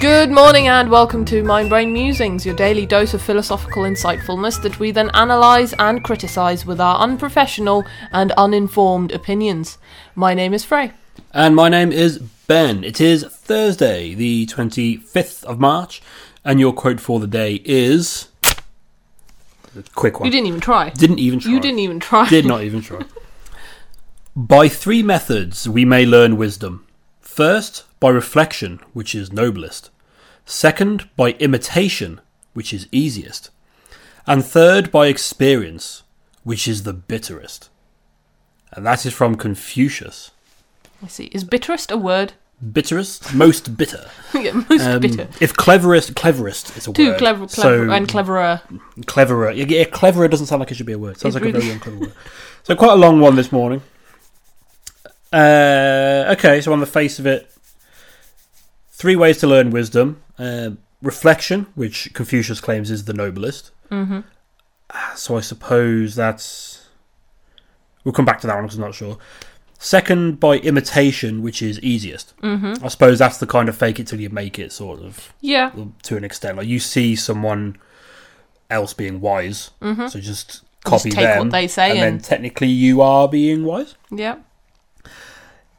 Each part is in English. Good morning and welcome to Mind Brain Musings, your daily dose of philosophical insightfulness that we then analyse and criticise with our unprofessional and uninformed opinions. My name is Frey. And my name is Ben. It is Thursday, the 25th of March, and your quote for the day is. A quick one. You didn't even try. Didn't even try. You didn't e- even try. Did not even try. by three methods we may learn wisdom. First, by reflection, which is noblest. Second, by imitation, which is easiest. And third, by experience, which is the bitterest. And that is from Confucius. I see. Is bitterest a word? Bitterest? Most bitter. yeah, most Um, bitter. If cleverest, cleverest is a Too word. clever, clever so and cleverer. cleverer. Yeah, yeah, cleverer doesn't sound like it should be a word. Sounds It like really- a very unclever word. So quite a long one this morning. Uh, okay, so on the face of it, three ways to learn wisdom: uh, reflection, which Confucius claims is the noblest. hmm Ah, So I suppose that's. We'll come back to that one because I'm not sure. Second, by imitation, which is easiest. hmm I suppose that's the kind of fake it till you make it sort of Yeah. to an extent. Like you see someone else being wise, hmm so just copy Just take them, what they say and and, then technically you are being wise. yeah.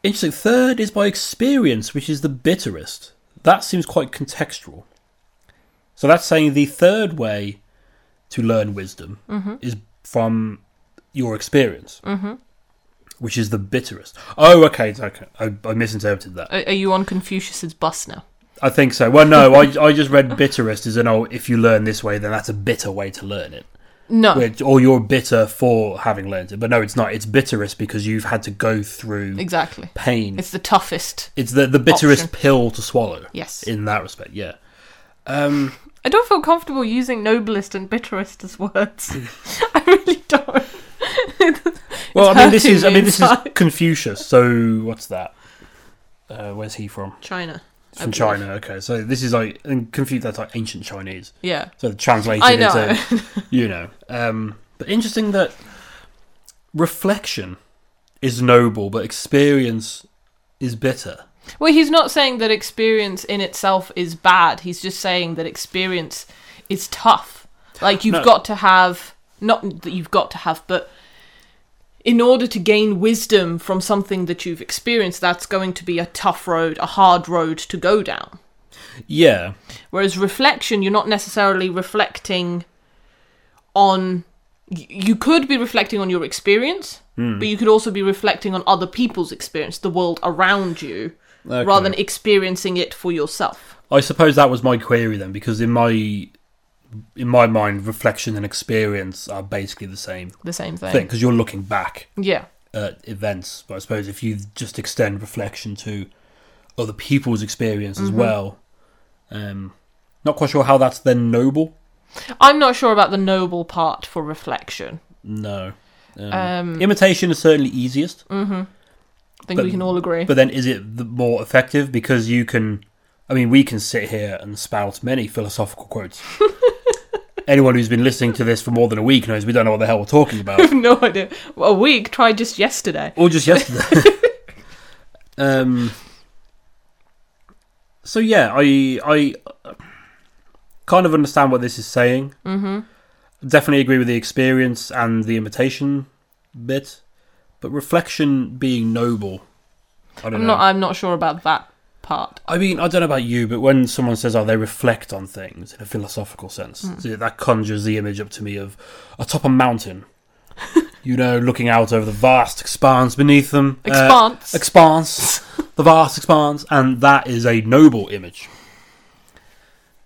Interesting. Third is by experience, which is the bitterest. That seems quite contextual. So that's saying the third way to learn wisdom Mm-hmm. is from your experience, hmm which is the bitterest. Oh, okay, okay. I, I misinterpreted that. Are, are you on Confucius's bus now? I think so. Well, no, I, I just read bitterest as an oh, if you learn this way, then that's a bitter way to learn it. No. Which, or you're bitter for having learned it. But no, it's not. It's bitterest because you've had to go through Exactly. pain. It's, It's the toughest. the, the bitterest Option. pill to swallow Yes. in that respect, yeah. Um, I don't feel comfortable using noblest and bitterest as words. I really don't. well, I mean, this is I hurting me mean, this is inside. Confucius. So what's that? Uh, where's he from? China. I From believe. China. Okay, so this is like and Confucius. That's like ancient Chinese. Yeah. So translated I know. into you know. Um, but interesting that reflection is noble, but experience is bitter. Well, he's not saying that experience in itself is bad. He's just saying that experience is tough. Like you've No. got to have not that you've got to have, but in order to gain wisdom from something that you've experienced, that's going to be a tough road, a hard road to go down. Yeah. Whereas reflection, you're not necessarily reflecting on. y- You could be reflecting on your experience, Hmm. but you could also be reflecting on other people's experience, the world around you, rather than experiencing it for yourself. I suppose that was my query then, because in my in my mind, reflection and experience are basically the same The same thing. thing, because you're looking back Yeah. at events. But I suppose if you just extend reflection to other people's experience Mm-hmm. as well, um, not quite sure how that's then noble. I'm not sure about the noble part for reflection. No. Um, Um, imitation is certainly easiest, I think But- we can all agree. but then is it the more effective? Because you can, I mean, we can sit here and spout many philosophical quotes. Anyone who's been listening to this for more than a week knows we don't know what the hell we're talking about. I have no idea. A week tried just yesterday. or just yesterday. um. So yeah, I I uh, kind of understand what this is saying. hmm Definitely agree with the experience and the imitation bit, but reflection being noble. I don't I'm know. not. I'm not sure about that part. I mean, I don't know about you, but when someone says, "Oh, they reflect on things in a philosophical sense," Hmm. so that conjures the image up to me of atop a mountain. you know, looking out over the vast expanse beneath them. uh, Expanse. expanse, the vast expanse, and that is a noble image.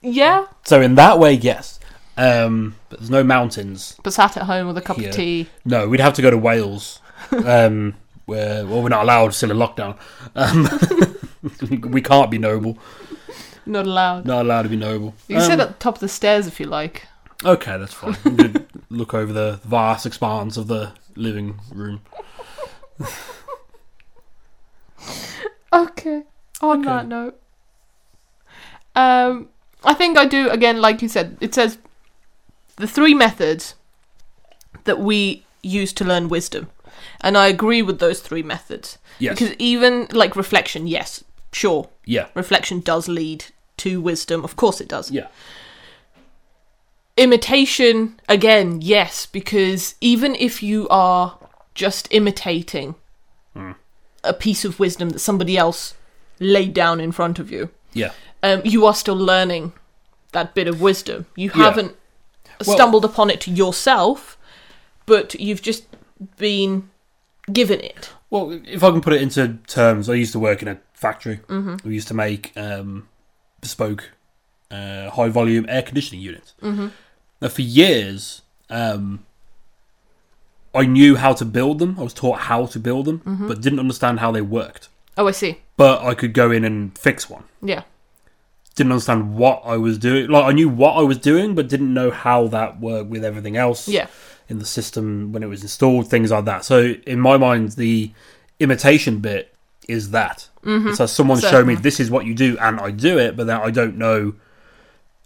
yeah, So in that way, yes. Um, but there's no mountains. but sat at home with a cup Yeah. of tea. No, we'd have to go to Wales, um, where well we're not allowed. Still in lockdown. Um, we can't be noble. Not allowed. Not allowed to be noble. You can Um, sit at the top of the stairs if you like. Okay, that's fine. You could look over the vast expanse of the living room. Okay. On that note, um, I think I do again. Like you said, it says the three methods that we use to learn wisdom, and I agree with those three methods Yes. because even like reflection, yes, sure, yeah. reflection does lead to wisdom. Of course it does. Yeah. Imitation, again, yes, because even if you are just imitating Hmm. a piece of wisdom that somebody else laid down in front of you, Yeah. um, you are still learning that bit of wisdom. You Yeah. haven't Well- stumbled upon it yourself, but you've just been given it. Well, if I can put it into terms, I used to work in a factory. Mm-hmm. We used to make um, bespoke, uh, high volume air conditioning units. Mm-hmm. Now, for years, um, I knew how to build them. I was taught how to build them, but didn't understand how they worked. Oh, I see. But I could go in and fix one. Yeah. Didn't understand what I was doing. Like I knew what I was doing, but didn't know how that worked with everything else Yeah. in the system when it was installed, things like that. So in my mind, the imitation bit is that. It's like someone show me Mm-hmm. Certainly. this is what you do, and I do it, but then I don't know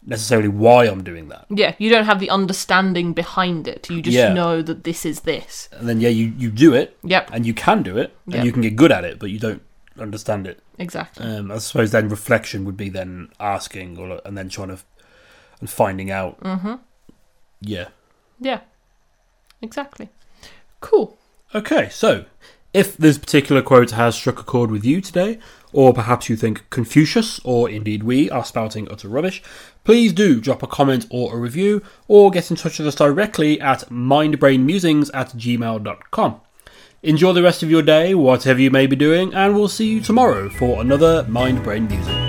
necessarily why I'm doing that. Yeah. You don't have the understanding behind it. You just Yeah. Uh, know that this is this. And then yeah, you you do it, Yep. and you can do it, Yeah. and you can get good at it, but you don't understand it. Exactly. Um, I suppose then reflection would be then asking or and then trying to and finding out. Mm-hmm. Yeah. Yeah. Exactly. Cool. Okay, so if this particular quote has struck a chord with you today, or perhaps you think Confucius or indeed we are spouting utter rubbish, please do drop a comment or a review, or get in touch with us directly at mindbrainmusings at gmail.com. Enjoy the rest of your day, whatever you may be doing, and we'll see you tomorrow for another Mind Brain Musings.